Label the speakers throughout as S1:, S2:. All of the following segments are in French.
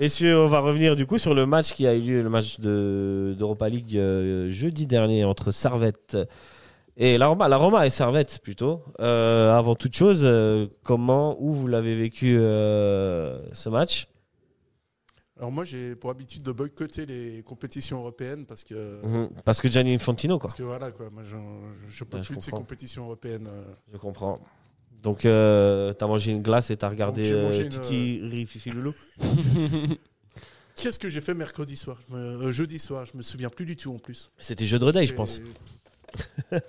S1: Messieurs, on va revenir du coup sur le match qui a eu lieu, le match de- d'Europa League euh, jeudi dernier entre Servette et la Roma, la Roma et Servette plutôt. Euh, avant toute chose, euh, comment, où vous l'avez vécu euh, ce match
S2: Alors moi, j'ai pour habitude de boycotter les compétitions européennes parce que,
S1: Mhm. Parce que Gianni Infantino, quoi.
S2: parce que voilà, quoi, moi, j'en- je ne peux
S1: Ouais, je
S2: plus de ces
S1: comprends.
S2: compétitions européennes. euh.
S1: Je comprends. Donc, euh, t'as mangé une glace et t'as regardé
S2: j'ai
S1: euh,
S2: mangé une,
S1: Titi Rififi Loulou
S2: Qu'est-ce que j'ai fait mercredi soir Je me- euh, Jeudi soir, je me souviens plus du tout en plus.
S1: C'était jeu de redaille, Eh, je
S2: J'ai-
S1: pense.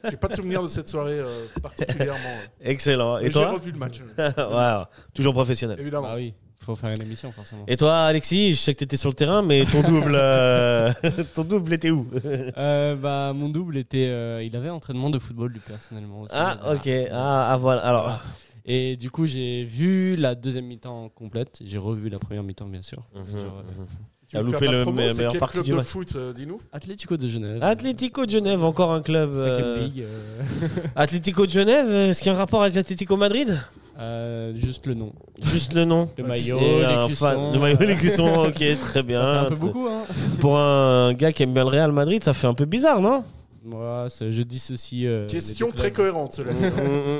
S2: J'ai pas de souvenir de cette soirée euh, particulièrement.
S1: Excellent. Et
S2: Mais J'ai
S1: toi Ah
S2: revu le match, euh,
S1: Voilà. Toujours professionnel.
S2: évidemment.
S3: Ah oui, faut faire une émission forcément.
S1: Et toi, Alexis, je sais que t'étais sur le terrain, mais ton double, euh, ton double était où
S3: Euh, bah, mon double était, euh, il avait entraînement de football lui personnellement. aussi.
S1: Ah,
S3: Voilà.
S1: ok. Ah, ah, voilà. Alors,
S3: Et du coup, j'ai vu la deuxième mi-temps complète. J'ai revu la première mi-temps bien sûr.
S1: Mhm,
S3: Genre, euh,
S1: mhm.
S2: Tu
S1: T'as
S2: veux faire
S1: loupé
S2: de la
S1: le
S2: promo,
S1: me-
S2: c'est
S1: meilleur
S2: quel
S1: parti
S2: club
S1: du
S2: de
S1: match.
S2: foot, euh, dis-nous
S3: Atlético de Genève.
S1: Atlético de Genève, encore un club.
S3: euh, Cinquième
S1: euh,
S3: ligue. euh,
S1: Atlético de Genève, est-ce qu'il y a un rapport avec l'Atlético Madrid
S3: euh, juste le nom.
S1: Juste le nom.
S3: Le
S2: Ouais,
S3: maillot,
S1: Et
S3: les
S1: un
S3: cuissons.
S1: fan- Le maillot, les cuissons, ok, très
S3: Ça
S1: bien.
S3: fait un peu
S1: Très-
S3: beaucoup, hein.
S1: Pour un gars qui aime bien le Real Madrid, ça fait un peu bizarre, non
S3: Moi, c'est- je dissocie. euh,
S2: Question
S3: les deux
S2: très
S3: clubs.
S2: cohérente, cela
S1: Mhm,
S2: dit.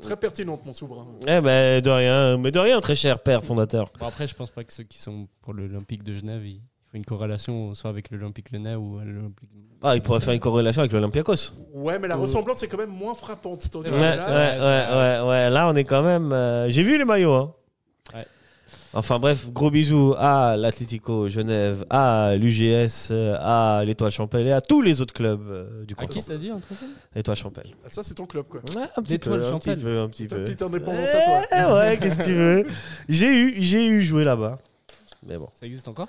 S2: Très pertinente, mon souverain.
S1: Eh ben, de rien, mais de rien, très cher père fondateur.
S3: Bon, après, je pense pas que ceux qui sont pour l'Olympique de Genève, il faut une corrélation soit avec l'Olympique Lyonnais ou à l'Olympique.
S1: Ah, il pourrait faire une corrélation avec l'Olympiakos.
S2: Ouais, mais la
S3: Oh.
S2: ressemblance est quand même moins frappante. tandis
S3: Ouais,
S2: que
S1: Ouais, ouais,
S2: là,
S1: ouais, ouais, ouais. Là, on est quand même. euh, J'ai vu les maillots. Hein.
S3: Ouais.
S1: Enfin bref, gros bisous à l'Atlético Genève, à l'UGS, euh, à l'Étoile Champel et à tous les autres club du
S3: À
S1: canton.
S3: qui t'as dit entre autres
S1: L'Étoile Champel.
S2: Ah, Ça, c'est ton club, quoi.
S1: Ouais, un petit peu,
S3: L'Étoile
S1: un petit
S3: Champel.
S1: peu, un petit
S2: Ta
S1: peu.
S2: petite indépendance à toi.
S1: Eh ouais, qu'est-ce que tu veux J'ai eu, j'ai eu joué là-bas. Mais bon,
S3: Ça existe encore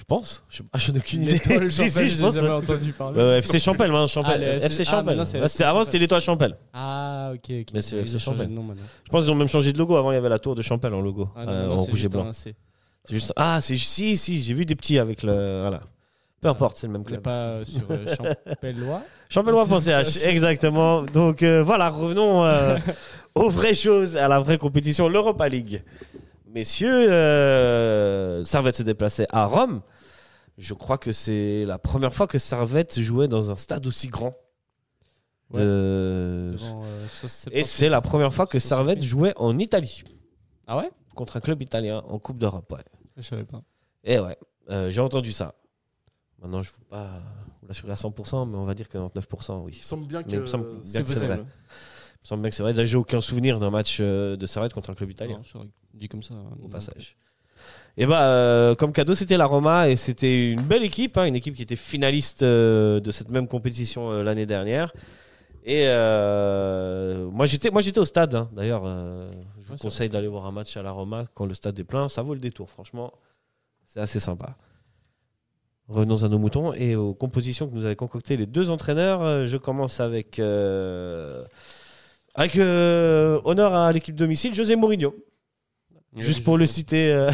S1: je pense. Je, ah, j'en ai aucune idée. si, si, je
S3: j'ai
S1: pense.
S3: jamais entendu parler.
S1: Ouais, ouais, FC Champel, maintenant,
S3: Ah,
S1: Champel.
S3: le
S1: FC
S3: FC
S1: Champel.
S3: ah, maintenant, c'est
S1: Là, c'était- avant, c'était l'Étoile Champel.
S3: Ah, ok, ok.
S1: Mais c'est-
S3: Ils ont
S1: c'est
S3: changé
S1: Champel.
S3: de nom maintenant.
S1: Je pense qu'ils ont même changé de logo. Avant, il y avait la tour de Champel en logo,
S3: Ah, non,
S1: euh,
S3: maintenant,
S1: en
S3: c'est
S1: rouge et
S3: juste
S1: blanc.
S3: un C.
S1: C'est juste... Ah, c'est si, si, j'ai vu des petits avec le. Voilà. Peu importe, c'est le même
S3: On n'est
S1: club.
S3: pas euh, sur euh, Champellois.
S1: Champellois pour
S3: C'est-
S1: CH, exactement. Donc euh, voilà, revenons euh, aux vraies choses, à la vraie compétition, l'Europa League. Messieurs, euh, Servette se déplaçait à Rome. Je crois que c'est la première fois que Servette jouait dans un stade aussi grand.
S3: Ouais.
S1: Euh,
S3: devant, euh, 70.
S1: Et c'est la première fois que
S3: Sur
S1: Servette
S3: Servette.
S1: jouait en Italie,
S3: Ah ouais
S1: contre un club italien en Coupe d'Europe. ouais.
S3: Je savais pas.
S1: Eh ouais, euh, j'ai entendu ça. Maintenant, je ne vous pas vous l'assurer à 100%, mais on va dire que 99%, oui.
S2: Il semble bien
S1: Mais il me
S2: que.
S1: semble bien
S2: c'est
S1: que c'est
S2: possible.
S1: vrai. Il me semble bien que c'est vrai. D'ailleurs, J'ai aucun souvenir d'un match euh, de Servette contre un club italien,
S3: Non, c'est vrai, Dit comme ça. euh,
S1: au passage. Et bah, euh, comme cadeau, c'était la Roma et c'était une belle équipe, hein, une équipe qui était finaliste euh, de cette même compétition euh, l'année dernière. Et euh, moi, j'étais, moi, j'étais au stade. hein. D'ailleurs, euh, je vous
S3: Ouais, c'est
S1: conseille d'aller voir un match à la Roma quand le stade est plein. Ça vaut le détour, franchement. C'est assez sympa. Revenons à nos moutons et aux compositions que nous avaient concoctées les deux entraîneurs. Euh, Je commence avec, euh, avec euh, honneur à l'équipe domicile, José Mourinho. Juste pour le citer euh,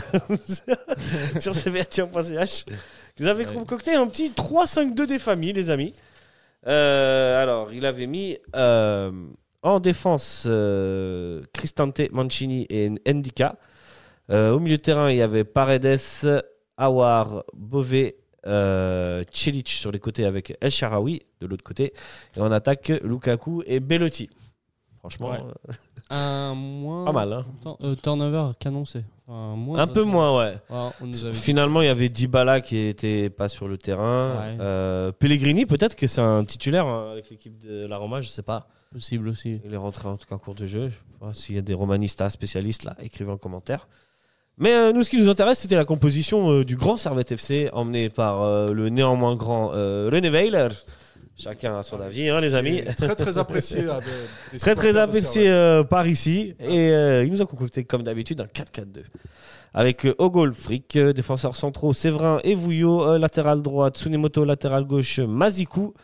S1: sur cvrtien.ch. Vous avez
S3: Ouais.
S1: concocté un petit 3-5-2 des familles, les amis. Euh, alors, il avait mis euh, en défense euh, Cristante Mancini et Ndika. Euh, au milieu de terrain, il y avait Paredes, Awar, Bové, euh, Cilic sur les côtés avec El Sharawi de l'autre côté. Et en attaque, Lukaku et Bellotti. Franchement,
S3: Ouais.
S1: euh,
S3: Un moins.
S1: pas mal. hein.
S3: Turn- euh, turnover canoncé. Un, moins
S1: Un peu moins, ouais.
S3: Ouais, on nous avait dit.
S1: Finalement, il y avait Dybala qui était pas sur le terrain.
S3: Ouais.
S1: Euh, Pellegrini, peut-être que c'est un titulaire hein, avec l'équipe de la Roma, je sais pas.
S3: Possible aussi.
S1: Il est rentré en tout cas en cours de jeu. Je sais pas S'il y a des romanistas spécialistes là, écrivez en commentaire. Mais euh, nous, ce qui nous intéresse, c'était la composition euh, du grand Servette FC, emmené par euh, le néanmoins grand euh, René Weiler. Chacun a son avis, hein, les amis.
S2: Et Très, très apprécié. à des- des
S1: Très très
S2: supporters de
S1: apprécié euh, par ici. Et euh, il nous a concocté comme d'habitude un 4-4-2. Avec euh, Ogol, Frick, euh, défenseur centraux, Séverin et Vouillot, euh, latéral droit, Tsunemoto, latéral gauche, euh, Mazikou.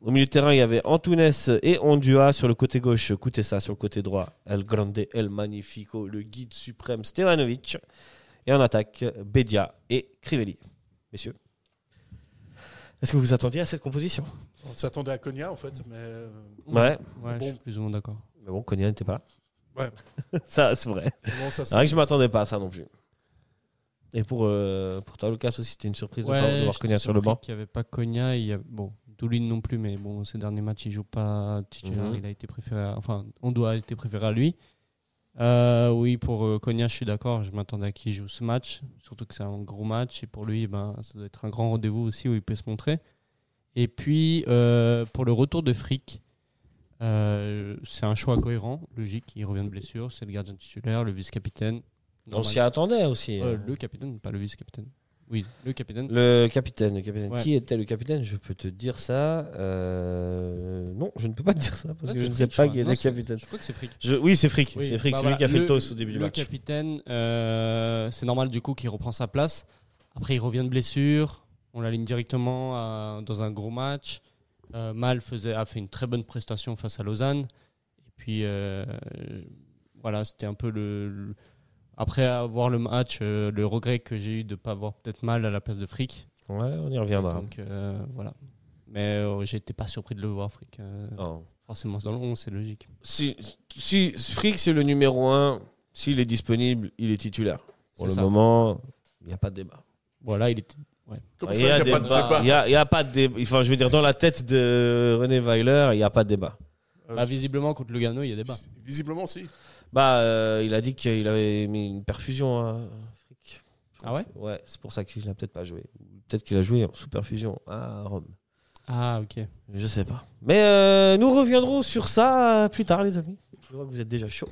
S1: Au milieu de terrain, il y avait Antunes et Ondua. Sur le côté gauche, Koutessa. Sur le côté droit, El Grande, El Magnifico, le guide suprême, Stevanovic. Et en attaque, Bedia et Crivelli. Messieurs, est-ce que vous attendiez à cette composition
S2: Servette. On s'attendait à Konya, en fait, mais. euh,
S1: Ouais.
S3: Ouais,
S2: Bon.
S3: je suis plus ou moins d'accord.
S1: Mais bon, Konya n'était pas là.
S2: Ouais.
S1: Ça, c'est vrai.
S2: Comment ça
S1: C'est vrai que
S2: se
S1: je m'attendais pas à ça non plus. Et pour, euh, pour toi, Lucas, aussi, c'était une surprise de
S3: Ouais,
S1: voir- de voir
S3: j'étais
S1: Konya sur le
S3: surpris
S1: banc.
S3: qu'il n'y avait pas Konya. Il y a, bon, Doulin non plus, mais bon, ces derniers matchs, il joue pas titulaire.
S1: Mhm.
S3: Il a été préféré. à- enfin, on doit être préféré à lui. Euh, oui, pour euh, Konya, je suis d'accord. Je m'attendais à qu'il joue ce match. Surtout que c'est un gros match. Et pour lui, ben, ça doit être un grand rendez-vous aussi où il peut se montrer. Et puis, euh, pour le retour de Frick, euh, c'est un choix cohérent, logique. Il revient de blessure. C'est le gardien titulaire, le vice-capitaine.
S1: On s'y
S3: Normal-
S1: attendait aussi. hein.
S3: Euh, le capitaine, pas le vice-capitaine. Oui, le capitaine.
S1: Le capitaine, le capitaine.
S3: Ouais.
S1: Qui était le capitaine Je peux te dire ça. Euh, Non, je ne peux pas te dire ça parce que
S3: Ouais,
S1: je
S3: c'est
S1: ne sais
S3: Frick,
S1: pas
S3: je
S1: qui
S3: crois.
S1: était
S3: Non,
S1: le
S3: c'est-
S1: capitaine.
S3: Je crois que c'est Frick.
S1: Je- Oui, c'est Frick.
S3: Oui,
S1: c'est Frick,
S3: bah
S1: c'est
S3: voilà.
S1: lui qui a fait le toss au début du
S3: Le
S1: match.
S3: capitaine, euh, c'est normal du coup qu'il reprend sa place. Après, il revient de blessure. On l'aligne directement à- dans un gros match. Euh, Mal faisait, a fait une très bonne prestation face à Lausanne. Et puis, euh, voilà, c'était un peu le, le- Après avoir le match, euh, le regret que j'ai eu de ne pas avoir peut-être Mal à la place de Frick.
S1: Ouais, on y reviendra.
S3: Donc, euh, voilà. Mais euh, j'étais pas surpris de le voir, Frick. Euh,
S1: Non.
S3: Forcément, dans le 11, c'est logique.
S1: Si, si Frick, c'est le numéro 1, s'il est disponible, il est titulaire. Pour
S3: C'est
S1: le
S3: ça.
S1: moment, il n'y a pas de débat.
S3: Voilà, il était. ouais.
S2: Comme
S1: Il
S2: ça,
S1: y a,
S2: il n'y a pas de
S1: débat.
S2: débat.
S1: Il y a- il y a pas de débat. Enfin, je veux dire, dans la tête de René Weiler, il n'y a pas de débat.
S2: Euh,
S3: Bah, visiblement, contre Lugano, il y a débat.
S2: Visiblement, si.
S1: Bah, euh, il a dit qu'il avait mis une perfusion à Frick.
S3: Ah ouais
S1: Ouais, c'est pour ça qu'il n'a peut-être pas joué. Ou Peut-être qu'il a joué en sous perfusion à Rome.
S3: Ah, ok.
S1: Je sais pas. Mais euh, nous reviendrons sur ça euh, plus tard, les amis. Je vois que vous êtes déjà chaud.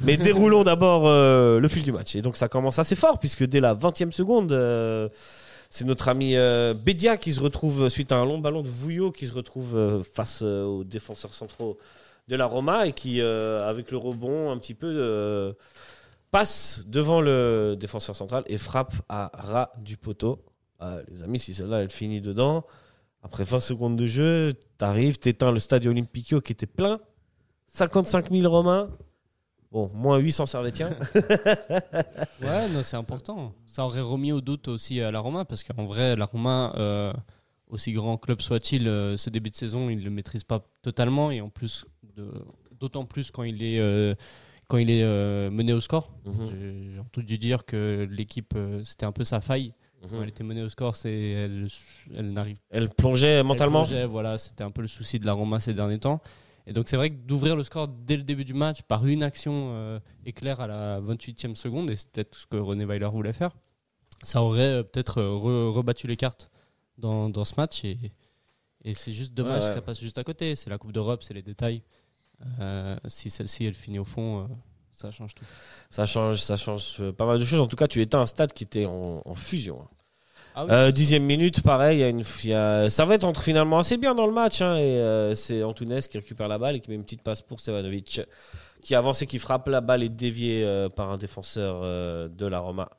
S1: Mais déroulons d'abord euh, le fil du match. Et donc ça commence assez fort, puisque dès la 20e seconde, euh, c'est notre ami euh, Bédia qui se retrouve, euh, suite à un long ballon de Vouillot, qui se retrouve euh, face euh, aux défenseurs centraux de la Roma et qui, euh, avec le rebond un petit peu, euh, passe devant le défenseur central et frappe à ras du poteau. Ah, les amis, si celle-là, elle finit dedans, après 20 secondes de jeu, t'arrives, t'éteins le stade Olympico qui était plein, 55 000 Romains. Bon, moins 800 servétiens.
S3: Ouais, non, c'est important. Ça aurait remis au doute aussi à la Roma, parce qu'en vrai, la Roma, euh, aussi grand club soit-il, euh, ce début de saison, il ne le maîtrise pas totalement, et en plus, de- d'autant plus quand il est, euh, quand il est euh, mené au score.
S1: Mm.
S3: J'ai j'ai entendu dire que l'équipe, euh, c'était un peu sa faille.
S1: Mm.
S3: Quand elle était menée au score, c'est elle, elle n'arrive
S1: Elle plongeait mentalement.
S3: Elle plongeait, voilà, c'était un peu le souci de la Roma ces derniers temps. Et donc c'est vrai que d'ouvrir le score dès le début du match par une action euh, éclair à la 28e seconde, et c'est peut-être ce que René Weiler voulait faire, ça aurait euh, peut-être euh, re- rebattu les cartes dans, dans ce match. Et, et c'est juste dommage
S1: Ouais.
S3: que ça passe juste à côté. C'est la Coupe d'Europe, c'est les détails. Euh, si celle-ci, elle finit au fond, euh, ça change tout.
S1: Ça change, ça change euh, pas mal de choses. En tout cas, tu étais un stade qui était en, en fusion. hein.
S3: Ah oui.
S1: Euh, dixième minute, pareil. il y a une- il y a- Ça va être entre finalement assez bien dans le match. hein, et euh, c'est Antunes qui récupère la balle et qui met une petite passe pour Stevanovic, qui avance et qui frappe la balle est déviée euh, par un défenseur euh, de la Roma,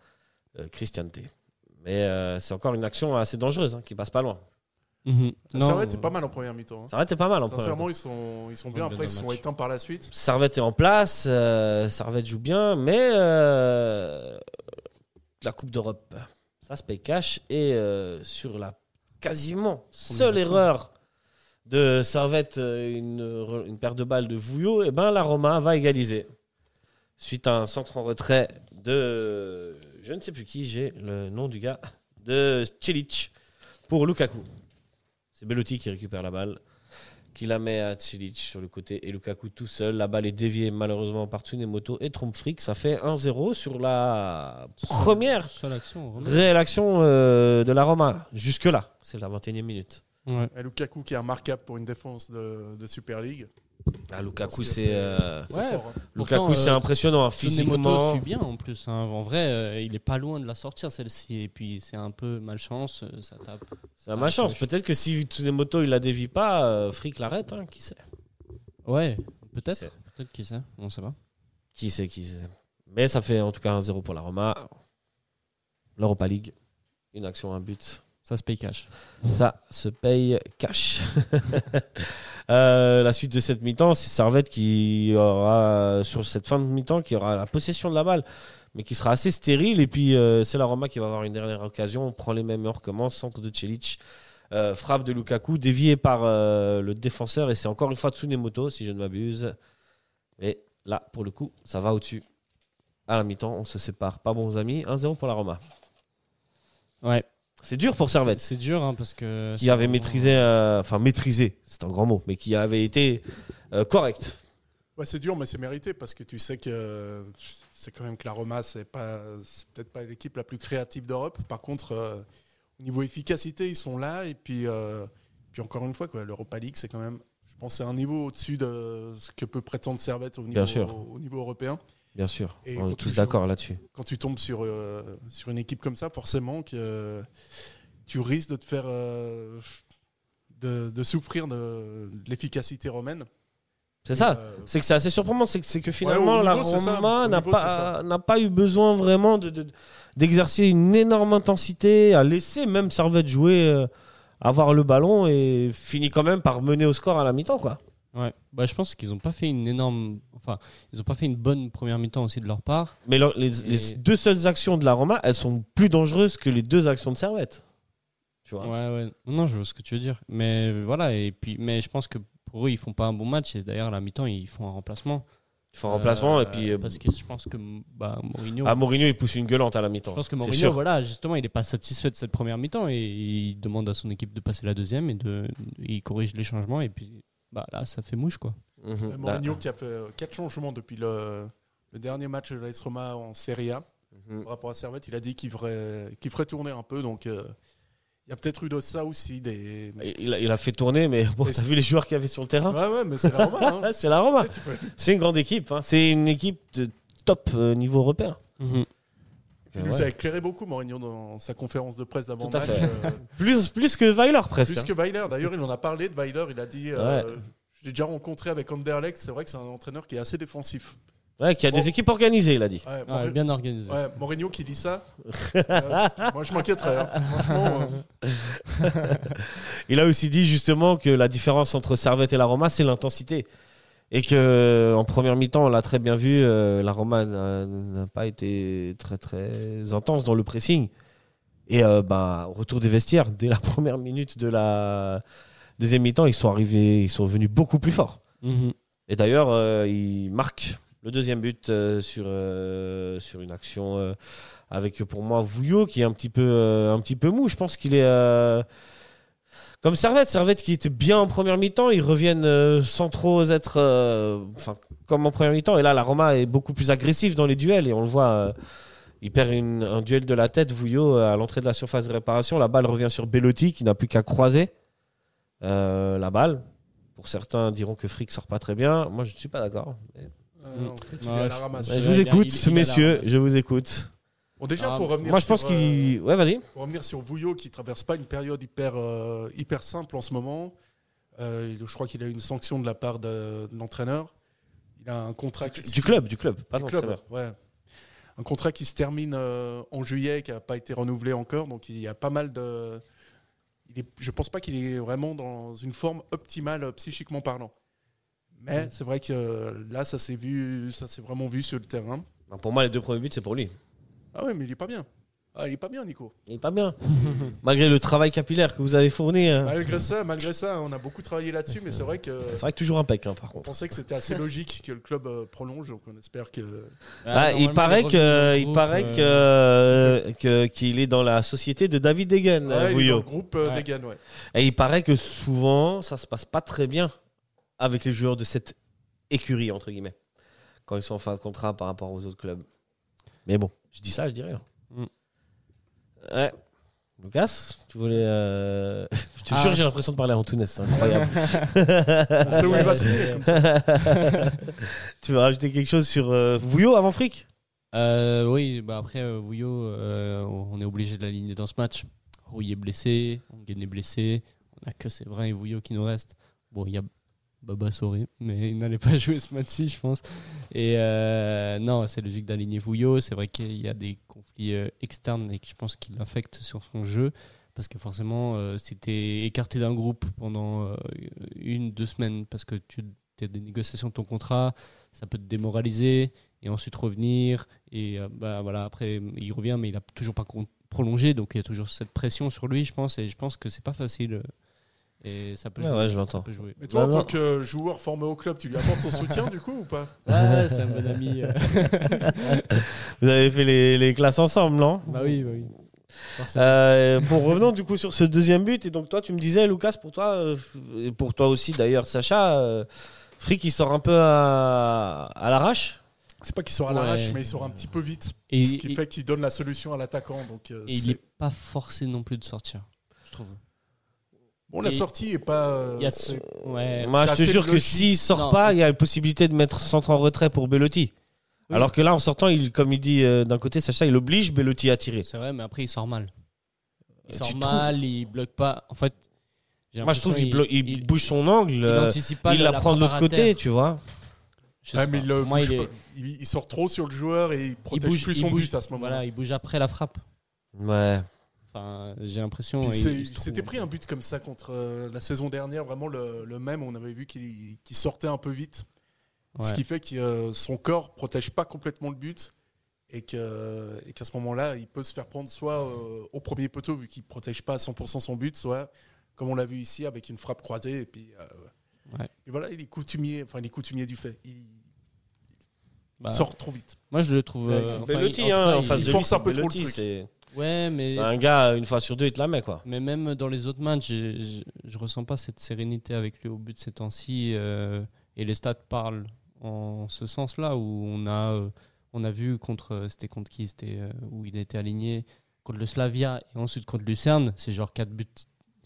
S1: euh, Christiante. Mais euh, c'est encore une action assez dangereuse hein, qui passe pas loin. Mhm.
S2: Ça va, c'est
S3: Euh,
S2: pas mal en première mi-temps. hein.
S1: Ça aurait été pas mal en première
S2: Sincèrement, ils sont, ils sont bien.
S3: Ils sont
S2: Après,
S3: bien
S2: ils se
S3: dans le
S2: sont
S3: match.
S2: éteints par la suite.
S1: Servette est en place, euh, Servette joue bien, mais euh, la Coupe d'Europe, ça se paye cash. Et euh, sur la quasiment seule
S3: Combien de temps
S1: erreur de Servette, euh, une, re- une paire de balles de Vouillot, et ben, la Roma va égaliser. Suite à un centre en retrait de. Je ne sais plus qui, j'ai le nom du gars. De Cilic pour Lukaku. C'est Bellotti qui récupère la balle, qui la met à Cilic sur le côté et Lukaku tout seul. La balle est déviée malheureusement par Tsunemoto et Trompfrick. Ça fait 1-0 sur la première
S3: Seule action, on remet.
S1: réelle action euh, de la Roma. Jusque-là, c'est la 21e minute.
S3: Ouais.
S2: Et Lukaku qui est remarquable pour une défense de, de Super League.
S1: Ah,
S2: Parce que
S1: Lukaku, c'est
S2: c'est-
S1: euh,
S2: C'est
S3: Ouais.
S2: fort. hein.
S1: Lukaku,
S3: Pourtant,
S1: c'est
S3: euh,
S1: impressionnant hein,
S3: Tsunemoto
S1: physiquement.
S3: suit bien en plus. hein. En vrai, euh, il est pas loin de la sortir celle-ci. Et puis c'est un peu malchance, euh, ça tape.
S1: C'est à ma chance. hein. Peut-être que si Tsunemoto il la dévie pas, euh, Frick l'arrête. hein, qui sait
S3: Ouais,
S1: C'est-
S3: peut-être. Peut-être qui sait. On sait pas.
S1: Qui sait, qui sait. Mais ça fait en tout cas 1-0 pour la Roma. L'Europa League, une action, un but.
S3: Ça se paye cash.
S1: Ça se paye cash. Euh, la suite de cette mi-temps, c'est Servette qui aura, sur cette fin de mi-temps, qui aura la possession de la balle, mais qui sera assez stérile. Et puis, euh, c'est la Roma qui va avoir une dernière occasion. On prend les mêmes heures, commence, centre de Celic, euh, frappe de Lukaku, dévié par euh, le défenseur. Et c'est encore une fois Tsunemoto, si je ne m'abuse. Et là, pour le coup, ça va au-dessus. À la mi-temps, on se sépare. Pas bons amis. 1-0 pour la Roma.
S3: Ouais.
S1: C'est dur pour Servette.
S3: C'est dur hein, parce que.
S1: qui avait
S3: sinon-
S1: maîtrisé, euh, enfin maîtrisé, c'est un grand mot, mais qui avait été euh, correct.
S2: Ouais, c'est dur, mais c'est mérité parce que tu sais que euh, c'est quand même que la Roma, c'est pas, c'est peut-être pas l'équipe la plus créative d'Europe. Par contre, euh, au niveau efficacité, ils sont là. Et puis, euh, puis encore une fois, quoi, l'Europa League, c'est quand même, je pense, c'est un niveau au-dessus de ce que peut prétendre Servette au niveau,
S1: Bien sûr.
S2: Au, niveau européen.
S1: Bien sûr,
S2: Et
S1: on
S2: quand
S1: est
S2: tu
S1: tous
S2: joues-
S1: d'accord là-dessus.
S2: Quand tu tombes sur, euh, sur une équipe comme ça, forcément que euh, tu risques de te faire euh, de, de souffrir de l'efficacité romaine.
S1: C'est ça.
S2: Euh,
S1: C'est que c'est assez surprenant, c'est que, c'est que finalement
S2: au
S1: la
S2: niveau, c'est ça.
S1: Roma
S2: Au
S1: n'a
S2: niveau, c'est
S1: pas,
S2: ça.
S1: n'a pas eu besoin vraiment de, de- d'exercer une énorme intensité, à laisser même Servette jouer, euh, avoir le ballon et finit quand même par mener au score à la mi-temps. Quoi.
S3: Ouais. Bah, je pense qu'ils n'ont pas fait une énorme. Enfin, ils n'ont pas fait une bonne première mi-temps aussi de leur part.
S1: Mais le- les, les
S3: Et-
S1: deux seules actions de la Roma, elles sont plus dangereuses que les deux actions de Servette. Tu vois
S3: Ouais, ouais. Non, je vois ce que tu veux dire. Mais voilà. Et puis, mais je pense que pour eux, ils font pas un bon match. Et d'ailleurs, à la mi-temps, ils font un remplacement.
S1: Ils font remplacement
S3: Euh,
S1: et puis euh,
S3: Parce que je pense que bah, Mourinho.
S1: Ah, Mourinho, il pousse une gueulante à la mi-temps.
S3: Je pense que
S1: C'est
S3: Mourinho,
S1: sûr.
S3: voilà, justement, il n'est pas satisfait de cette première mi-temps et il demande à son équipe de passer la deuxième et de, il corrige les changements et puis bah là, ça fait mouche quoi.
S1: Mhm.
S2: Euh, Mourinho qui a fait euh, quatre changements depuis le, le dernier match de l'AS Roma en Serie A.
S1: Mhm.
S2: Par rapport à Servette, il a dit qu'il ferait, qu'il ferait tourner un peu. Donc, euh, il y a peut-être eu de ça aussi. Des...
S1: Il, a- il a fait tourner, mais bon,
S2: C'est-
S1: t'as vu les joueurs qu'il y avait sur le terrain
S2: Ouais, ouais, mais c'est la Roma. hein.
S1: Ah, C'est la Roma.
S2: Tu peux-
S1: C'est une grande équipe. hein. C'est une équipe de top euh, niveau européen.
S2: Il
S1: Ouais.
S2: nous a éclairé beaucoup, Mourinho, dans sa conférence de presse
S1: Tout à
S2: d'avant-match.
S1: fait.
S2: euh,
S1: Plus, plus que Weiler, presque.
S2: plus
S1: hein.
S2: que Weiler. D'ailleurs, il en a parlé de Weiler. Il a dit euh, Je l'ai déjà rencontré avec Anderlecht. C'est vrai que c'est un entraîneur qui est assez défensif.
S1: Ouais, qu'il y a des
S2: Bon.
S1: équipes organisées, il a dit.
S2: Ouais,
S3: Ah,
S2: Mourinho-
S3: bien organisé.
S2: Ouais, Mourinho qui dit ça, euh, moi je m'inquiéterais. hein. Franchement, euh,
S1: Il a aussi dit justement que la différence entre Servette et la Roma, c'est l'intensité. Et que en première mi-temps, on l'a très bien vu, euh, la Roma n'a n'a pas été très très intense dans le pressing. Et euh, bah, au retour des vestiaires, dès la première minute de la deuxième mi-temps, ils sont arrivés, ils sont venus beaucoup plus forts.
S3: Mhm.
S1: Et d'ailleurs, euh, il marque le deuxième but euh, sur, euh, sur une action euh, avec pour moi Vouillot qui est un petit peu, euh, un petit peu mou. Je pense qu'il est euh, comme Servette. Servette qui était bien en première mi-temps. Ils reviennent euh, sans trop être euh, enfin, comme en première mi-temps. Et là, la Roma est beaucoup plus agressive dans les duels. Et on le voit, euh, il perd une- un duel de la tête. Vouillot euh, à l'entrée de la surface de réparation. La balle revient sur Bellotti qui n'a plus qu'à croiser euh, la balle. Pour certains diront que Frick sort pas très bien. Moi, je ne suis pas d'accord.
S2: euh, en fait, il
S3: Ouais,
S2: est à la
S3: je-
S2: ramasse.
S3: ouais,
S1: Je
S3: Je
S1: vous
S3: vais- il a-
S1: écoute,
S3: il- il a la
S1: messieurs.
S3: ramasse.
S1: Je vous écoute.
S2: Bon, déjà,
S3: Ah,
S2: pour revenir
S1: Moi, je
S2: sur,
S1: pense
S2: euh,
S1: qu'il. Ouais, vas-y.
S2: Pour revenir sur Vouillot, qui traverse pas une période hyper, euh, hyper simple en ce moment, euh, il- je crois qu'il a eu une sanction de la part de, de l'entraîneur. Il a un contrat qui se-
S1: Du club, du club, pas
S2: du
S1: de
S2: club,
S1: l'entraîneur.
S2: ouais. Un contrat qui se termine euh, en juillet, qui n'a pas été renouvelé encore. Donc il y a pas mal de. Il est- je pense pas qu'il est vraiment dans une forme optimale euh, psychiquement parlant.
S1: Mm.
S2: Mais c'est vrai que euh, là, ça s'est vu, ça s'est vraiment vu sur le terrain.
S1: Enfin, Pour moi, les deux premiers buts, c'est pour lui.
S2: Ah ouais, mais il est pas bien. Ah, il est pas bien, Nico.
S1: Il est pas bien. Malgré le travail capillaire que vous avez fourni. hein.
S2: Malgré ça, malgré ça, on a beaucoup travaillé là-dessus, mais c'est vrai que
S1: C'est vrai que toujours un pec, hein, par
S2: on
S1: contre.
S2: pensait que c'était assez logique que le club euh, prolonge, donc on espère que.
S1: Ah, il
S3: normalement,
S1: paraît
S3: revient
S1: que,
S3: dans le
S1: il
S3: groupe,
S1: paraît
S3: euh,
S1: que, euh, que- qu'il est dans la société de David Degen,
S2: Ouais, il est dans
S1: Vouillot.
S2: le groupe euh,
S3: Ah, oh.
S2: des
S3: Ouais.
S2: Ganes, ouais.
S1: Et il paraît que souvent, ça se passe pas très bien avec les joueurs de cette écurie, entre guillemets, quand ils sont en fin de contrat par rapport aux autres clubs. Mais bon, je dis ça, je dis rien.
S3: Mm.
S1: Ouais. Lucas, tu voulais. euh, je te
S3: Ah.
S1: jure, j'ai l'impression de parler en Tunis, c'est incroyable.
S2: On sait où il va signer, comme ça.
S1: tu veux rajouter quelque chose sur euh, Vouillot avant Frick
S3: Euh, oui, bah après euh, Vouillot, euh, on est obligé de l'aligner dans ce match. Rouille est blessé, Ongen est blessé, on a que Séverin et Vouillot qui nous restent. Bon, il y a Baba Soré, mais il n'allait pas jouer ce match-ci, je pense. Et euh, non, c'est logique d'aligner Vouillot. C'est vrai qu'il y a des conflits euh, externes et que je pense qu'il l'affecte sur son jeu. Parce que forcément, euh, si tu écarté d'un groupe pendant euh, une, deux semaines, parce que tu as des négociations de ton contrat, ça peut te démoraliser et ensuite revenir. Et euh, bah, voilà, après, il revient, mais il n'a toujours pas con- prolongé, donc il y a toujours cette pression sur lui, je pense, et je pense que c'est pas facile. Et ça peut
S1: Ouais,
S3: jouer.
S1: ouais, je
S3: ça
S1: l'entends.
S3: peut jouer.
S2: Mais toi,
S1: Non,
S2: en
S1: non.
S2: tant que joueur formé au club, tu lui apportes ton soutien du coup ou pas
S4: Ah, c'est un bon ami. euh.
S1: Vous avez fait les, les classes ensemble, non
S4: bah oui, bah oui. Forcément.
S1: Euh, pour revenant du coup sur ce deuxième but, et donc toi tu me disais Lucas, pour toi, euh, et pour toi aussi d'ailleurs Sacha, euh, Frick il sort un peu à, à l'arrache.
S2: C'est pas qu'il sort à
S3: Ouais.
S2: l'arrache, mais il sort un petit peu vite.
S3: Et,
S2: ce qui
S3: et-
S2: fait qu'il donne la solution à l'attaquant. Donc, euh,
S3: et il
S2: c'est-
S3: n'est pas forcé non plus de sortir, je trouve.
S2: Bon, la
S3: et-
S2: sortie est pas. euh,
S3: Il y a
S2: c'est-
S3: ouais.
S1: Moi
S2: c'est
S1: je te
S2: assez
S1: jure que
S2: logique.
S1: s'il sort
S3: Non.
S1: pas, il y a la possibilité de mettre centre en retrait pour Bellotti.
S3: Oui.
S1: Alors que là en sortant, il, comme il dit euh, d'un côté Sacha, il oblige Bellotti à tirer.
S3: C'est vrai, mais après, il sort mal. Il
S1: Euh,
S3: sort
S1: tu
S3: mal, il bloque pas. En fait, j'ai
S1: Moi je trouve qu'il
S3: l'impression
S1: blo- il, bouge son angle,
S3: il
S1: euh,
S3: anticipe pas
S1: il
S3: le-
S1: la prend de l'autre
S3: frappe à
S1: côté,
S3: terre.
S1: tu vois.
S3: Je
S2: Ouais,
S3: sais
S2: mais
S3: pas.
S2: il, euh,
S3: Moi,
S2: bouge
S3: il est-
S2: pas. Il- il sort trop sur le joueur et il
S3: il
S2: protège
S3: bouge
S2: plus
S3: il
S2: son
S3: bouge-
S2: but à ce moment-là.
S3: Voilà, il bouge après la frappe.
S1: Ouais.
S3: Enfin, j'ai l'impression.
S2: Puis
S3: il-
S2: c'est-
S3: il
S2: il
S3: se trouve-
S2: s'était pris un but comme ça contre euh, la saison dernière, vraiment le, le même. On avait vu qu'il qu'il sortait un peu vite,
S3: Ouais.
S2: ce qui fait que euh, son corps protège pas complètement le but et que- et qu'à ce moment-là, il peut se faire prendre soit euh, au premier poteau vu qu'il protège pas à 100% son but, soit comme on l'a vu ici avec une frappe croisée. Et puis euh,
S3: Ouais.
S2: et voilà, il est coutumier, enfin il est coutumier du fait. Il,
S3: Bah,
S2: il sort trop vite.
S3: Moi, je le trouve.
S2: Ouais,
S3: euh, enfin,
S1: Bellotti,
S3: il- en tout
S1: hein,
S3: cas,
S1: en
S3: il-
S1: face de lui,
S2: force un
S1: c'est
S2: peu trop le
S1: Bellotti,
S2: truc.
S1: c'est
S3: Ouais, mais
S1: c'est un gars une fois sur deux il te la met quoi.
S3: Mais même dans les autres matchs, j'ai- j'ai- je ne ressens pas cette sérénité avec lui au but de ces temps-ci. euh, et les stats parlent en ce sens-là, où on a, euh, on a vu contre. euh, C'était contre qui C'était euh, où il était aligné Contre le Slavia et ensuite contre Lucerne. C'est genre 4 buts.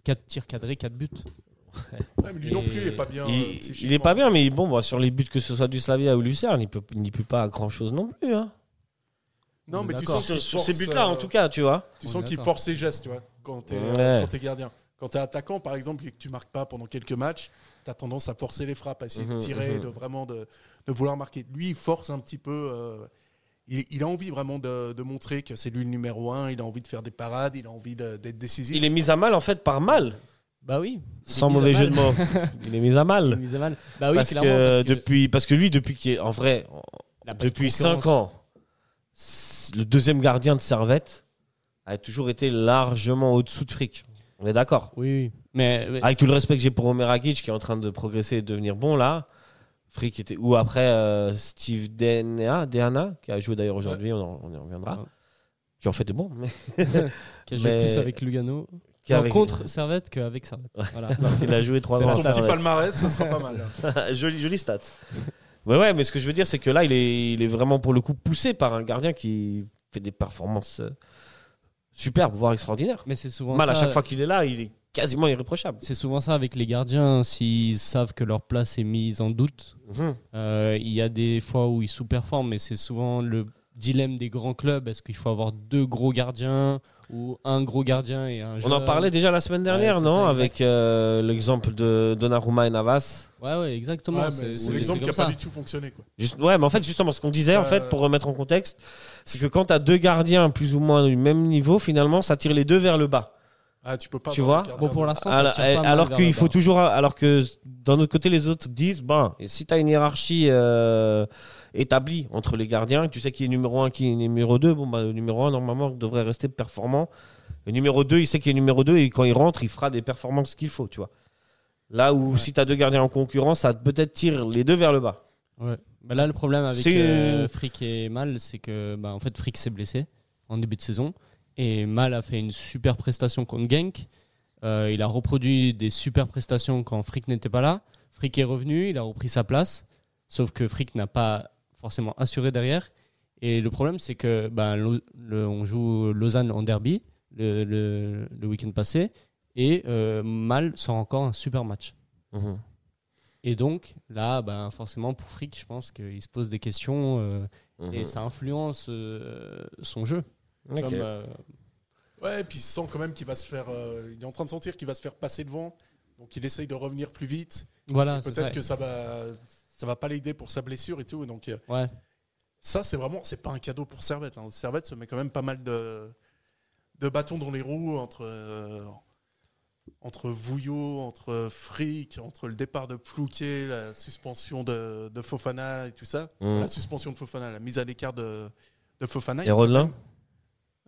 S3: 4 tirs cadrés, 4 buts.
S2: Ouais, mais lui non
S3: Et-
S2: plus, il est pas bien. euh,
S1: Il, il est
S2: psychiquement.
S1: pas bien, mais bon, bah, sur les buts que ce soit du Slavia ou Lucerne, il peut- il n'y peut, pas grand chose non plus. hein.
S2: Non, mais tu
S3: D'accord.
S2: sens
S1: Sur,
S2: qu'il
S1: sur ces
S2: force,
S1: buts-là, en
S2: euh,
S1: tout cas, tu vois.
S2: Tu
S3: On
S2: sens
S3: est
S2: qu'il
S3: d'accord.
S2: force ses gestes, tu vois, quand t'es
S1: Ouais.
S2: es quand t'es gardien. Quand t'es attaquant, par exemple, et que tu marques pas pendant quelques matchs, t'as tendance à forcer les frappes, à essayer
S1: Mhm,
S2: de tirer,
S1: mhm.
S2: de vraiment de, de vouloir marquer. Lui, il force un petit peu. euh, il, il a envie vraiment de, de montrer que c'est lui le numéro un. Il a envie de faire des parades. Il a envie de- d'être décisif.
S1: Il est mis à mal, en fait, par mal.
S4: bah oui. il est
S1: Sans
S4: mis à
S1: mauvais
S4: mal.
S1: jeu de mots. il est mis
S4: Il
S1: à
S4: est
S1: mal.
S4: mis à mal. Bah oui,
S1: parce,
S4: clairement.
S1: que
S4: parce que
S1: Depuis, parce que lui, depuis qu'il est. En vrai,
S4: il a pas de
S1: depuis
S4: concurrence.
S1: 5 ans, c'est- le deuxième gardien de Servette a toujours été largement au-dessous de fric. On est d'accord
S3: Oui, oui. Mais, mais-
S1: Avec tout le respect que j'ai pour Omer Rakic, qui est en train de progresser et de devenir bon là, Frick était. Ou après euh, Steve DNA, DNA, qui a joué d'ailleurs aujourd'hui, on, en- on y reviendra.
S3: Ouais.
S1: Qui en fait est bon. Mais
S3: qui a joué
S1: mais-
S3: plus avec Lugano.
S1: qui
S3: Non,
S1: avait-
S3: contre Servette qu'avec Servette. Voilà.
S1: Il a joué 3
S2: Avec
S1: ans.
S2: son
S1: à
S2: petit
S1: Servette.
S2: palmarès, ça sera pas mal.
S1: Joli, joli stat. Ouais, ouais, mais ce que je veux dire, c'est que là, il est, il est vraiment pour le coup poussé par un gardien qui fait des performances euh, superbes, voire extraordinaires.
S3: Mais c'est souvent
S1: Mal à
S3: ça, euh,
S1: chaque fois qu'il est là, il est quasiment irréprochable.
S3: C'est souvent ça avec les gardiens. S'ils savent que leur place est mise en doute,
S1: Mhm.
S3: Euh, il y a des fois où ils sous-performent, mais c'est souvent le dilemme des grands clubs. Est-ce qu'il faut avoir deux gros gardiens ou un gros gardien et un
S1: On en
S3: jeune
S1: parlait déjà la semaine dernière,
S3: Ouais, c'est
S1: non
S3: ça, exact.
S1: Avec euh, l'exemple de Donnarumma et Navas.
S3: Ouais, ouais, exactement.
S2: Ouais,
S3: c'est-
S2: mais
S3: c'est
S2: c'est
S3: des
S2: l'exemple qui
S3: trucs
S2: a pas
S3: comme
S2: du tout fonctionné. Quoi.
S1: Juste- ouais, mais en fait, justement, ce qu'on disait, en
S2: Euh,
S1: fait, pour remettre en contexte, c'est que quand tu as deux gardiens plus ou moins du même niveau, finalement, ça tire les deux vers le bas.
S2: Ah, tu peux pas.
S1: Tu vois
S2: avoir le
S3: ça.
S2: gardien
S3: Bon, pour
S2: de-
S3: l'instant, ça
S1: Alors, eh,
S3: tire pas mal
S1: alors
S3: vers
S1: qu'il
S3: le
S1: faut
S3: bas.
S1: toujours. Alors que d'un autre côté, les autres disent ben, et si tu as une hiérarchie euh, établie entre les gardiens, tu sais qui est numéro 1, qui est numéro 2, bon, bah, le numéro 1, normalement, devrait rester performant. Le numéro 2, il sait qu'il est numéro 2 et quand il rentre, il fera des performances qu'il faut, tu vois. Là où si tu as deux gardiens en concurrence, ça peut-être tire les deux vers le bas.
S3: Ouais. Bah là, le problème avec
S1: C'est-
S3: euh, Frick et Mal, c'est que bah, en fait, Frick s'est blessé en début de saison et Mal a fait une super prestation contre Genk. Euh, il a reproduit des super prestations quand Frick n'était pas là. Frick est revenu, il a repris sa place, sauf que Frick n'a pas forcément assuré derrière. Et le problème, c'est que ben, Lo- le- on joue Lausanne en derby le, le- le week-end passé et euh, Mal sort encore un super match.
S1: Mhm.
S3: Et donc, là, ben, forcément, pour Frick, je pense qu'il se pose des questions euh, et
S1: Mhm.
S3: ça influence euh, son jeu.
S1: Ok.
S3: Comme, euh,
S2: Ouais, et puis il sent quand même qu'il va se faire. euh, il est en train de sentir qu'il va se faire passer devant. Donc il essaye de revenir plus vite.
S3: voilà, Ah, c'est ça.
S2: Peut-être que ça va, ça va pas l'aider pour sa blessure et tout. Donc euh,
S3: Ouais.
S2: ça, c'est vraiment, c'est pas un cadeau pour Servette. hein. Servette se met quand même pas mal de, de bâtons dans les roues entre euh, entre Vouillot, entre Frick, entre le départ de Plouquet, la suspension de, de Fofana et tout ça.
S1: Mhm.
S2: La suspension de Fofana, la mise à l'écart de, de Fofana.
S1: Et Rodelin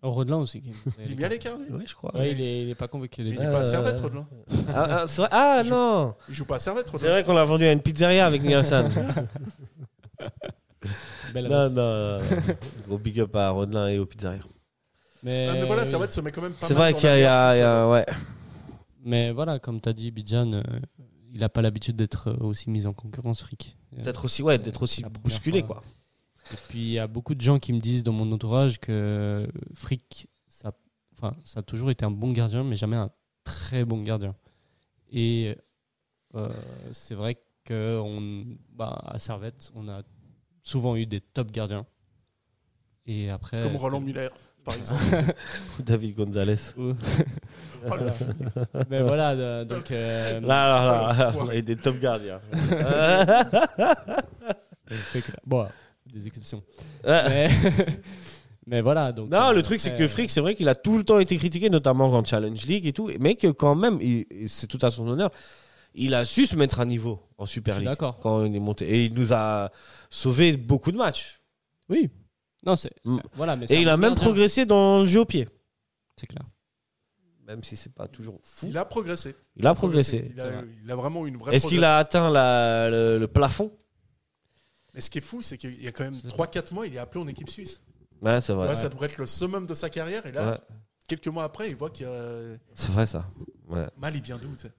S3: Rodelin aussi. qui-
S2: Il est bien les carnets.
S1: Oui, je crois.
S4: Ouais, il, est, il est pas convaincu.
S2: Il
S4: Il
S2: est
S4: est-
S2: pas à Servette,
S1: Euh,
S2: Rodelin.
S1: Ah, ah, c'est vrai- ah,
S2: Je-
S1: non
S2: Il joue pas à Servette,
S1: C'est
S2: Rodelin.
S1: vrai qu'on l'a vendu à une pizzeria avec Nielsen.
S4: Belle
S1: non, non,
S4: ref.
S1: non. Gros big up à Rodelin et aux pizzerias.
S3: Mais,
S2: Ah, mais voilà, Servette se met quand même pas
S1: C'est vrai
S2: mal dans
S1: qu'il y a, il y
S2: la
S1: a-
S2: merde,
S1: il y
S2: tout
S1: a- ouais.
S3: mais voilà, comme tu as dit, Bidjan, euh, il n'a pas l'habitude d'être euh, aussi mis en concurrence, Frick. Euh,
S1: Peut-être aussi, ouais, d'être aussi
S3: La première
S1: bousculé, quoi.
S3: fois. Et puis il y a beaucoup de gens qui me disent dans mon entourage que Frick, ça, enfin, ça a toujours été un bon gardien, mais jamais un très bon gardien. Et euh, c'est vrai que on, bah, à Servette, on a souvent eu des top gardiens. Et après,
S2: ça. Comme Roland Muller, par exemple.
S1: David Gonzalez.
S2: Oh là là.
S4: Mais voilà, euh, donc. euh,
S1: Là, là, là,
S2: Ouais,
S1: on a eu des top gardiens.
S4: le fait que-
S3: bon, des exceptions.
S1: Ouais.
S3: mais, mais voilà. Donc,
S1: Non,
S3: euh,
S1: le truc, c'est
S3: après,
S1: que Frick, c'est vrai qu'il a tout le temps été critiqué, notamment en Challenge League et tout, mais que quand même, il- et c'est tout à son honneur, il a su se mettre à niveau en
S3: je
S1: Super
S3: suis
S1: League
S3: D'accord.
S1: quand il est monté. Et il nous a sauvé beaucoup de matchs.
S3: Oui. Non, c'est c'est-
S1: Mm.
S3: voilà, mais c'est
S1: Et
S3: un
S1: il a
S3: bon
S1: même
S3: gardien.
S1: progressé dans le jeu au pied.
S3: C'est clair.
S1: Même si c'est pas toujours fou.
S2: Il a progressé.
S1: Il a progressé.
S2: Il a, il a vraiment une vraie
S1: Est-ce qu'il a atteint la- le, le plafond
S2: Mais ce qui est fou, c'est qu'il y a quand même 3-4 mois, il est appelé en équipe suisse.
S1: Ouais, c'est
S2: Tu vois,
S1: vrai.
S2: ça devrait être le summum de sa carrière. Et là,
S1: Ouais,
S2: quelques mois après, il voit qu'il y a...
S1: c'est vrai, ça. Ouais.
S2: Mal, il vient d'où tu sais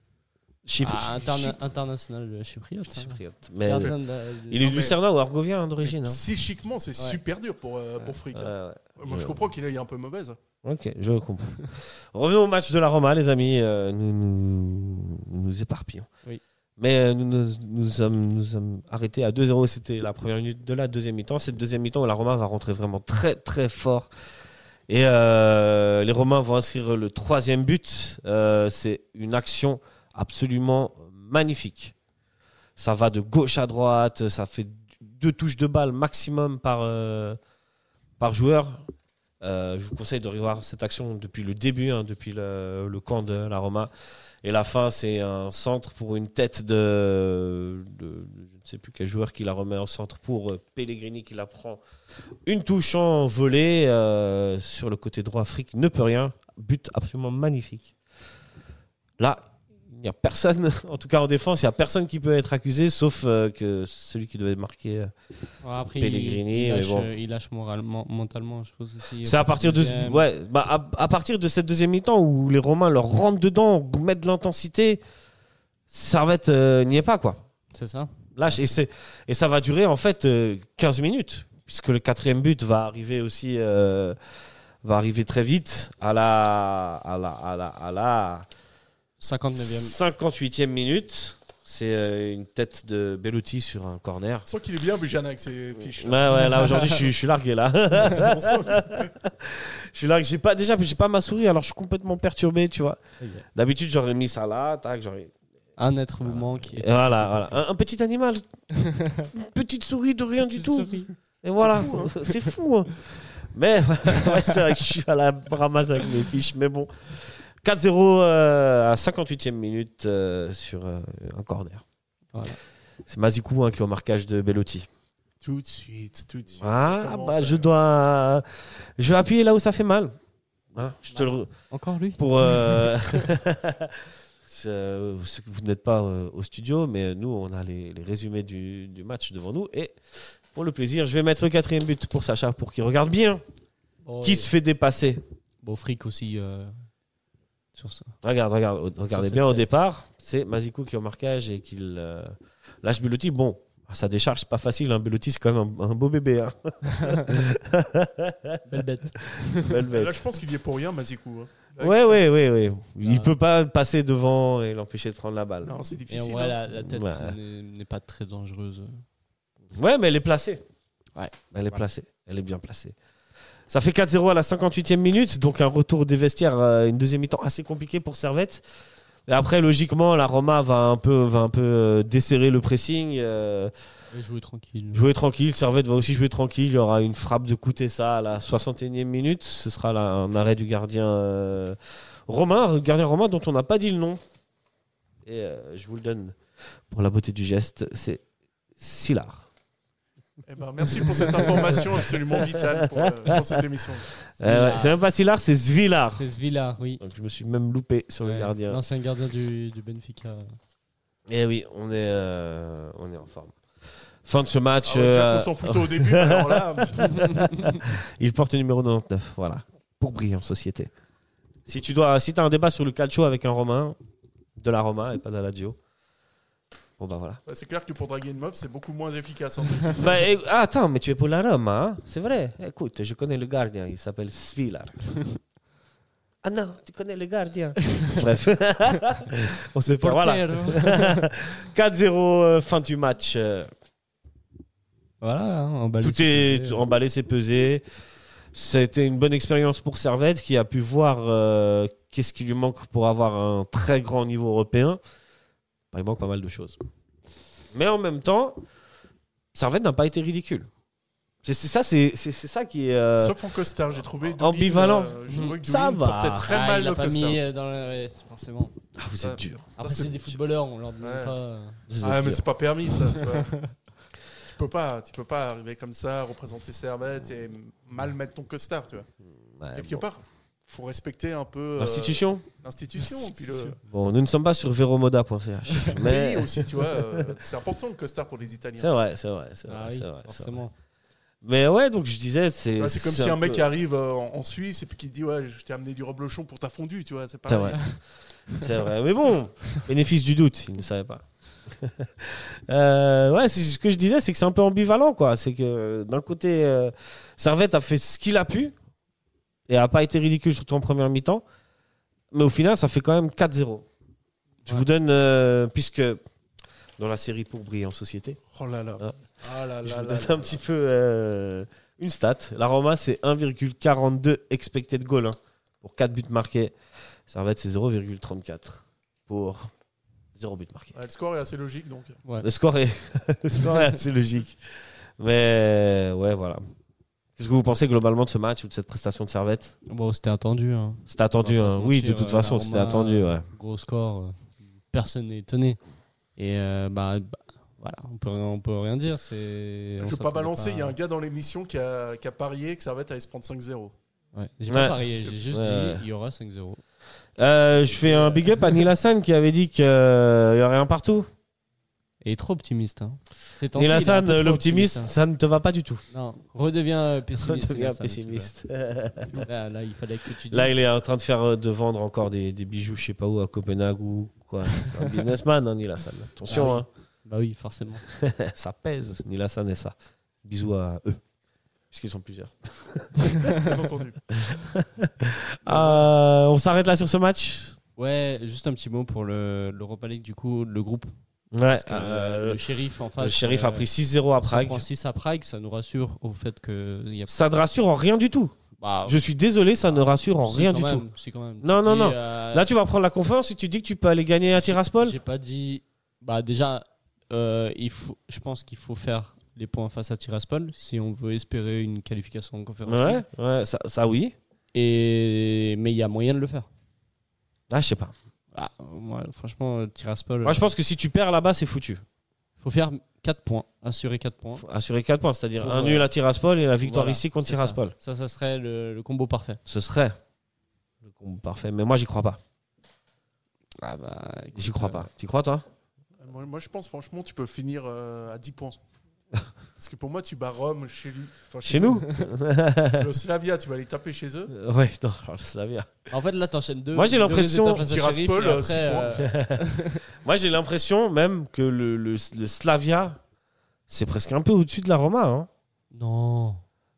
S1: Chypre.
S3: Ah, interna- international chypriote. hein.
S1: Chypriote. Mais
S3: Gardien de la- de-
S1: il est
S2: Non, mais-
S1: lucernois ou argovien hein, d'origine. hein.
S2: Psychiquement, c'est
S3: Ouais.
S2: super dur pour, euh, pour Frick.
S1: Ouais,
S2: hein.
S1: ouais.
S2: Moi, je
S1: je-
S2: comprends qu'il est un peu mauvaise.
S1: Ok, je comprends. Revenons au match de la Roma, les amis. Euh, nous, nous nous nous éparpillons.
S3: Oui.
S1: Mais euh, nous nous, nous sommes, nous sommes arrêtés à 2-0. C'était la première minute de la deuxième mi-temps. Cette deuxième mi-temps où la Roma va rentrer vraiment très très fort. Et euh, les Romains vont inscrire le troisième but. Euh, C'est une action absolument magnifique. Ça va de gauche à droite. Ça fait deux touches de balle maximum par, euh, par joueur. Euh, je vous conseille de revoir cette action depuis le début, hein, depuis le, le camp de la Roma. Et la fin, c'est un centre pour une tête de, de- de- je ne sais plus quel joueur qui la remet en centre pour euh, Pellegrini qui la prend. Une touche en volée euh, sur le côté droit. Frick ne peut rien. But absolument magnifique. Là, il n'y a personne, en tout cas en défense, il n'y a personne qui peut être accusé sauf euh, que celui qui devait marquer. euh,
S3: Ouais, après,
S1: Pellegrini,
S3: il, il
S1: mais
S3: lâche,
S1: bon.
S3: euh, il lâche moralement, mentalement, je pense aussi.
S1: C'est à partir de
S3: Deuxième.
S1: ouais, bah, à, à partir de cette deuxième mi-temps où les Romains leur rentrent dedans, mettent de l'intensité, Servette euh, n'y est pas quoi.
S3: C'est ça.
S1: Lâche et c'est et ça va durer en fait euh, 15 minutes puisque le quatrième but va arriver aussi euh, va arriver très vite à la à la à la, à la
S3: 59e.
S1: 58e minute. C'est euh, une tête de Bellotti sur un corner.
S2: Sans qu'il est bien, Bujana, avec ses fiches.
S1: Ouais, ouais, là aujourd'hui je suis- je suis largué là.
S2: On sent que-
S1: Je suis là que j'ai pas déjà j'ai pas ma souris alors je suis complètement perturbé tu vois.
S3: Ok.
S1: D'habitude j'aurais mis ça là tac j'aurais
S3: Un être vous manque. et-
S1: voilà euh, voilà un, un petit animal une petite souris de rien du
S3: Petite
S1: tout
S3: souris.
S1: et voilà
S2: fou,
S1: c'est fou, hein. mais ouais, c'est vrai que je suis à la ramasse avec mes fiches mais bon 4-0 euh, à 58e minute euh, sur euh, un corner.
S3: Voilà.
S1: C'est Mazikou hein, qui est au marquage de Bellotti.
S2: Tout de suite, tout de suite. Ça
S1: Ah,
S2: commence
S1: bah,
S2: à-
S1: je dois. Je vais appuyer là où ça fait mal. Hein, je te le,
S3: Encore lui
S1: pour euh, ce- ce que vous n'êtes pas euh, au studio, mais nous, on a les, les résumés du, du match devant nous. Et pour le plaisir, je vais mettre le quatrième but pour Sacha, pour qu'il regarde bien
S4: bon,
S1: qui se fait dépasser.
S3: Bon, fric aussi euh, sur ça.
S1: Regarde, regarde, regardez
S3: cette
S1: bien au
S3: tête.
S1: départ. C'est Mazikou qui est au marquage et qui euh, lâche Belotti. Bon, à sa décharge, c'est pas facile. Hein. Belotti, c'est quand même un, un beau bébé. hein.
S4: Belle bête.
S1: Belle bête.
S2: Là, je pense qu'il y est pour rien, Mazikou. hein.
S1: Ouais, ouais, ouais, ouais. Il
S3: Ah.
S1: peut pas passer devant et l'empêcher de prendre la balle.
S2: Non, c'est
S3: Et en
S2: difficile.
S3: vrai,
S2: hein.
S3: la, la tête
S1: Ouais.
S3: n'est- n'est pas très dangereuse.
S1: Ouais, mais elle est placée.
S3: Ouais.
S1: Elle est
S3: Ouais.
S1: placée. Elle est bien placée. Ça fait 4-0 à la 58e minute, donc un retour des vestiaires, euh, une deuxième mi-temps assez compliquée pour Servette. Et après, logiquement, la Roma va un peu, va un peu euh, desserrer le pressing, euh,
S3: Et jouer tranquille.
S1: jouer tranquille. Servette va aussi jouer tranquille. Il y aura une frappe de coûter ça à la 61e minute. Ce sera là un arrêt du gardien euh, romain, un gardien romain dont on n'a pas dit le nom. Et euh, je vous le donne pour la beauté du geste, c'est Silar.
S2: Eh ben, merci pour cette information absolument vitale pour, euh, pour cette émission.
S1: Euh, ouais, c'est même pas Silar, c'est Svilar.
S3: C'est ce Villa, oui.
S1: Donc je me suis même loupé sur le
S3: Ouais,
S1: gardien.
S3: L'ancien gardien du, du Benfica.
S1: Eh oui, on est, euh, on est en forme. Fin de ce match,
S2: Ah ouais,
S1: euh,
S2: Jack, on s'en foutait au début, mais alors là,
S1: il porte le numéro 99, voilà, pour briller en société. Si tu dois, si as un débat sur le calcio avec un Romain, de la Roma et pas de la Lazio, bon bah voilà.
S2: bah, c'est clair que pour draguer une meuf, c'est beaucoup moins efficace. en fait.
S1: Bah, eh, ah, attends, mais tu es pour la Roma, hein c'est vrai. Écoute, je connais le gardien, il s'appelle Svilar. ah non, tu connais le gardien. Bref, on sait pas. Voilà,
S3: Porter.
S1: 4-0, euh, fin du match. euh,
S3: Voilà, hein, emballé,
S1: Tout
S3: c'est
S1: est
S3: pesé.
S1: tout emballé, c'est pesé. C'était une bonne expérience pour Servette qui a pu voir euh, qu'est-ce qui lui manque pour avoir un très grand niveau européen. Bah, Il manque pas mal de choses. Mais en même temps, Servette n'a pas été ridicule. C'est c'est ça, c'est c'est- c'est ça qui est. euh,
S2: Sauf en costard, j'ai trouvé. Doulin,
S1: Ambivalent.
S2: euh, je trouvais que
S1: Ça
S2: Doulin
S1: va.
S2: portait très
S3: Ah,
S2: mal
S3: il a
S2: le
S3: pas
S2: costard.
S3: mis euh, dans le. Ouais, c'est forcément.
S1: Ah, vous êtes dur.
S3: Après, c'est
S2: c'est
S3: des footballeurs, on leur demande
S2: Ouais.
S3: pas. euh,
S1: Vous êtes
S2: Ah, mais
S1: dur.
S2: c'est pas permis, ça. Tu, vois. tu peux pas, tu peux pas arriver comme ça, représenter Servette et mal mettre ton costard, tu vois.
S1: Ouais,
S2: Quelque
S1: bon.
S2: part, faut respecter un peu euh,
S1: L'institution
S2: l'institution, puis le
S1: Bon, nous ne sommes pas sur veromoda.ch. mais
S2: pays aussi, tu vois. euh, c'est important le costard pour les Italiens.
S1: c'est vrai, c'est vrai, c'est vrai,
S3: Ah oui,
S1: c'est vrai, c'est vrai.
S3: forcément.
S1: Mais ouais, donc je disais,
S2: Tu
S1: c'est.
S2: vois, C'est comme si un mec
S1: peu-
S2: arrive euh, en, en Suisse et puis qui dit ouais je t'ai amené du reblochon pour ta fondue tu vois c'est
S1: C'est
S2: pas
S1: vrai. C'est vrai. Mais bon, bénéfice du doute, il ne savait pas. Euh, ouais, c'est ce que je disais, c'est que c'est un peu ambivalent, quoi. C'est que d'un côté, euh, Servette a fait ce qu'il a pu et a pas été ridicule, surtout en première mi-temps. Mais au final, ça fait quand même 4-0. Je vous donne, euh, puisque dans la série pour briller en société,
S2: oh là là
S1: Ah.
S2: Ah là
S1: je
S2: là
S1: vous
S2: là
S1: donne
S2: là.
S1: un petit peu euh, une stat. La Roma, c'est 1,42 expected goal hein, pour 4 buts marqués. Servette, c'est 0,34 pour 0 but marqué.
S2: Ouais, le score est assez logique donc
S1: Le score est, le score est assez logique. Mais ouais, voilà. Qu'est-ce que vous pensez globalement de ce match ou de cette prestation de Servette
S3: Bon, c'était attendu. hein.
S1: C'était attendu,
S3: On va pas
S1: hein.
S3: se
S1: oui,
S3: mentir,
S1: de toute
S3: euh,
S1: façon,
S3: la
S1: c'était
S3: Roma,
S1: attendu. Ouais.
S3: Gros score. euh, Personne n'est étonné. Et euh, bah, bah, voilà, on peut, on peut rien dire. c'est- on
S2: je veux pas
S3: s'attendait
S2: balancer il y a un gars dans l'émission qui a, qui a parié que Servette allait se prendre 5-0
S3: Ouais, J'ai
S1: Ouais.
S3: pas parié, j'ai juste
S1: Ouais.
S3: dit il y aura 5-0.
S1: Euh, je fais un big up à Neil Hassan qui avait dit qu'il y aurait un partout.
S3: Et trop optimiste. Hein. Ces temps-ci,
S1: Neil
S3: il est un
S1: Hassan,
S3: peu trop
S1: l'optimiste,
S3: optimiste,
S1: ça ne te va pas du tout.
S3: hein. Non, redevient euh,
S1: Ça
S3: pessimiste.
S1: devient
S3: Hassan, tu vois.
S1: pessimiste.
S3: Là, là, il fallait que tu dises.
S1: Là, il est en train de faire euh, de vendre encore des, des bijoux, je sais pas où, à Copenhague ou quoi. C'est un businessman, hein, Neil Hassan. Attention,
S3: Ah Bah oui, forcément.
S1: hein. ça pèse, Neil Hassan et ça. Bisous à eux, puisqu'ils sont plusieurs.
S2: bien entendu
S1: Euh, on s'arrête là sur ce match
S3: Ouais, juste un petit mot pour le- l'Europa League, du coup, le groupe.
S1: Ouais.
S3: Parce que,
S1: euh,
S3: euh, le shérif en face.
S1: le shérif
S3: euh,
S1: a pris 6-0 à
S3: San
S1: Prague.
S3: Francis à Prague, ça nous rassure au fait que il y a
S1: Ça ne rassure en rien du tout.
S3: bah,
S1: Je suis désolé, ça ne rassure en
S3: si,
S1: rien
S3: quand
S1: du
S3: même,
S1: tout.
S3: si, quand même.
S1: Non,
S3: Tu
S1: non,
S3: dis,
S1: non.
S3: euh,
S1: Là, tu vas prendre la confiance et tu dis que tu peux aller gagner à
S3: j'ai-
S1: Tiraspol
S3: J'ai pas dit. Bah déjà, euh, il faut. Je pense qu'il faut faire les points face à Tiraspol si on veut espérer une qualification en conférence.
S1: Ouais,
S3: League.
S1: ouais, ça, ça, oui.
S3: Et mais il y a moyen de le faire.
S1: Ah, je sais pas.
S3: Ah, moi, franchement, euh, Tiraspol.
S1: Moi, je pense que si tu perds là-bas, c'est foutu.
S3: faut faire 4 points, assurer 4 points.
S1: Faut assurer 4 points, c'est-à-dire
S3: Pour,
S1: un
S3: euh,
S1: nul à Tiraspol et la victoire
S3: Voilà,
S1: ici contre
S3: c'est ça.
S1: Tiraspol.
S3: Ça, ça serait le, le combo parfait.
S1: Ce serait le combo parfait, mais moi j'y crois pas.
S3: Ah bah,
S1: J'y crois pas. Tu crois toi
S2: moi, moi, je pense franchement tu peux finir euh, à 10 points parce que pour moi tu bats Rome chez lui enfin,
S1: Chez nous
S2: le Slavia tu vas aller taper chez eux
S1: euh, Ouais, non, alors, je savais. hein.
S3: En fait, là, t'enchaînes deux.
S1: Moi, j'ai
S3: deux
S1: l'impression-
S3: résultats face à
S2: Tiraspol,
S3: Sheriff, et
S2: euh,
S3: après,
S2: six points.
S3: euh,
S1: Moi j'ai l'impression même que le, le- le Slavia, c'est presque un peu au-dessus de la Roma. hein.
S3: Non.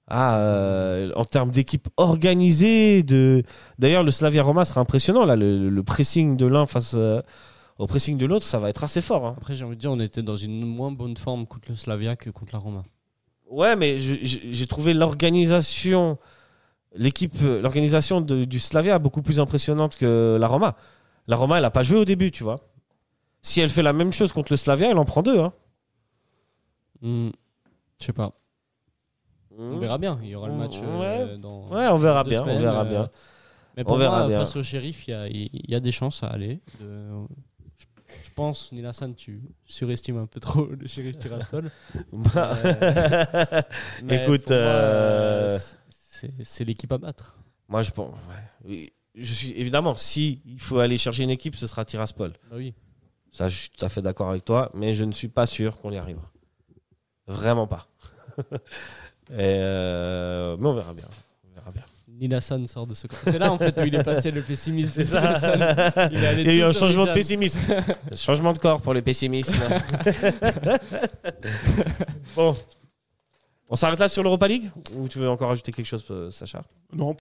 S1: Ah, euh, en termes d'équipe organisée, de d'ailleurs le Slavia Roma sera impressionnant là. Le, le pressing de l'un face euh, au pressing de l'autre, ça va être assez fort. hein.
S3: Après, j'ai envie de dire, on était dans une moins bonne forme contre le Slavia que contre la Roma.
S1: Ouais, mais je- je- j'ai trouvé l'organisation, l'équipe, euh, l'organisation de- du Slavia beaucoup plus impressionnante que la Roma. La Roma, elle a pas joué au début, tu vois. Si elle fait la même chose contre le Slavia, elle en prend deux. hein.
S3: Hmm. Je sais pas. On verra bien. Il y aura le match euh, dans.
S1: Hmm. Mmh. Ouais, on verra
S3: deux
S1: bien,
S3: semaines,
S1: on verra
S3: euh,
S1: bien.
S3: Mais pour
S1: On verra
S3: moi,
S1: bien.
S3: face au shérif, il y a, il y a des chances à aller. De- Je Je pense, Nil Hassan, tu surestimes un peu trop le shérif Tiraspol.
S1: Bah,
S3: Euh, Mais
S1: Écoute,
S3: pour moi,
S1: euh,
S3: c'est c'est l'équipe à battre.
S1: moi, je pense. ouais. Je suis, évidemment, si il faut aller chercher une équipe, ce sera Tiraspol.
S3: Bah oui.
S1: Ça, je suis tout à fait d'accord avec toi, mais je ne suis pas sûr qu'on y arrivera. Vraiment pas. Et, euh, mais on verra bien. On verra bien.
S3: Nil Hassan sort de ce camp. C'est là en fait où il est passé le pessimisme.
S1: C'est
S3: Nil Hassan.
S1: ça.
S3: Il est allé
S1: Il y a eu
S3: tout
S1: un
S3: sur
S1: changement de
S3: Mijan.
S1: pessimisme. Un changement de corps pour les pessimistes. bon. On s'arrête là sur l'Europa League Ou tu veux encore ajouter quelque chose, euh, Sacha
S2: Non,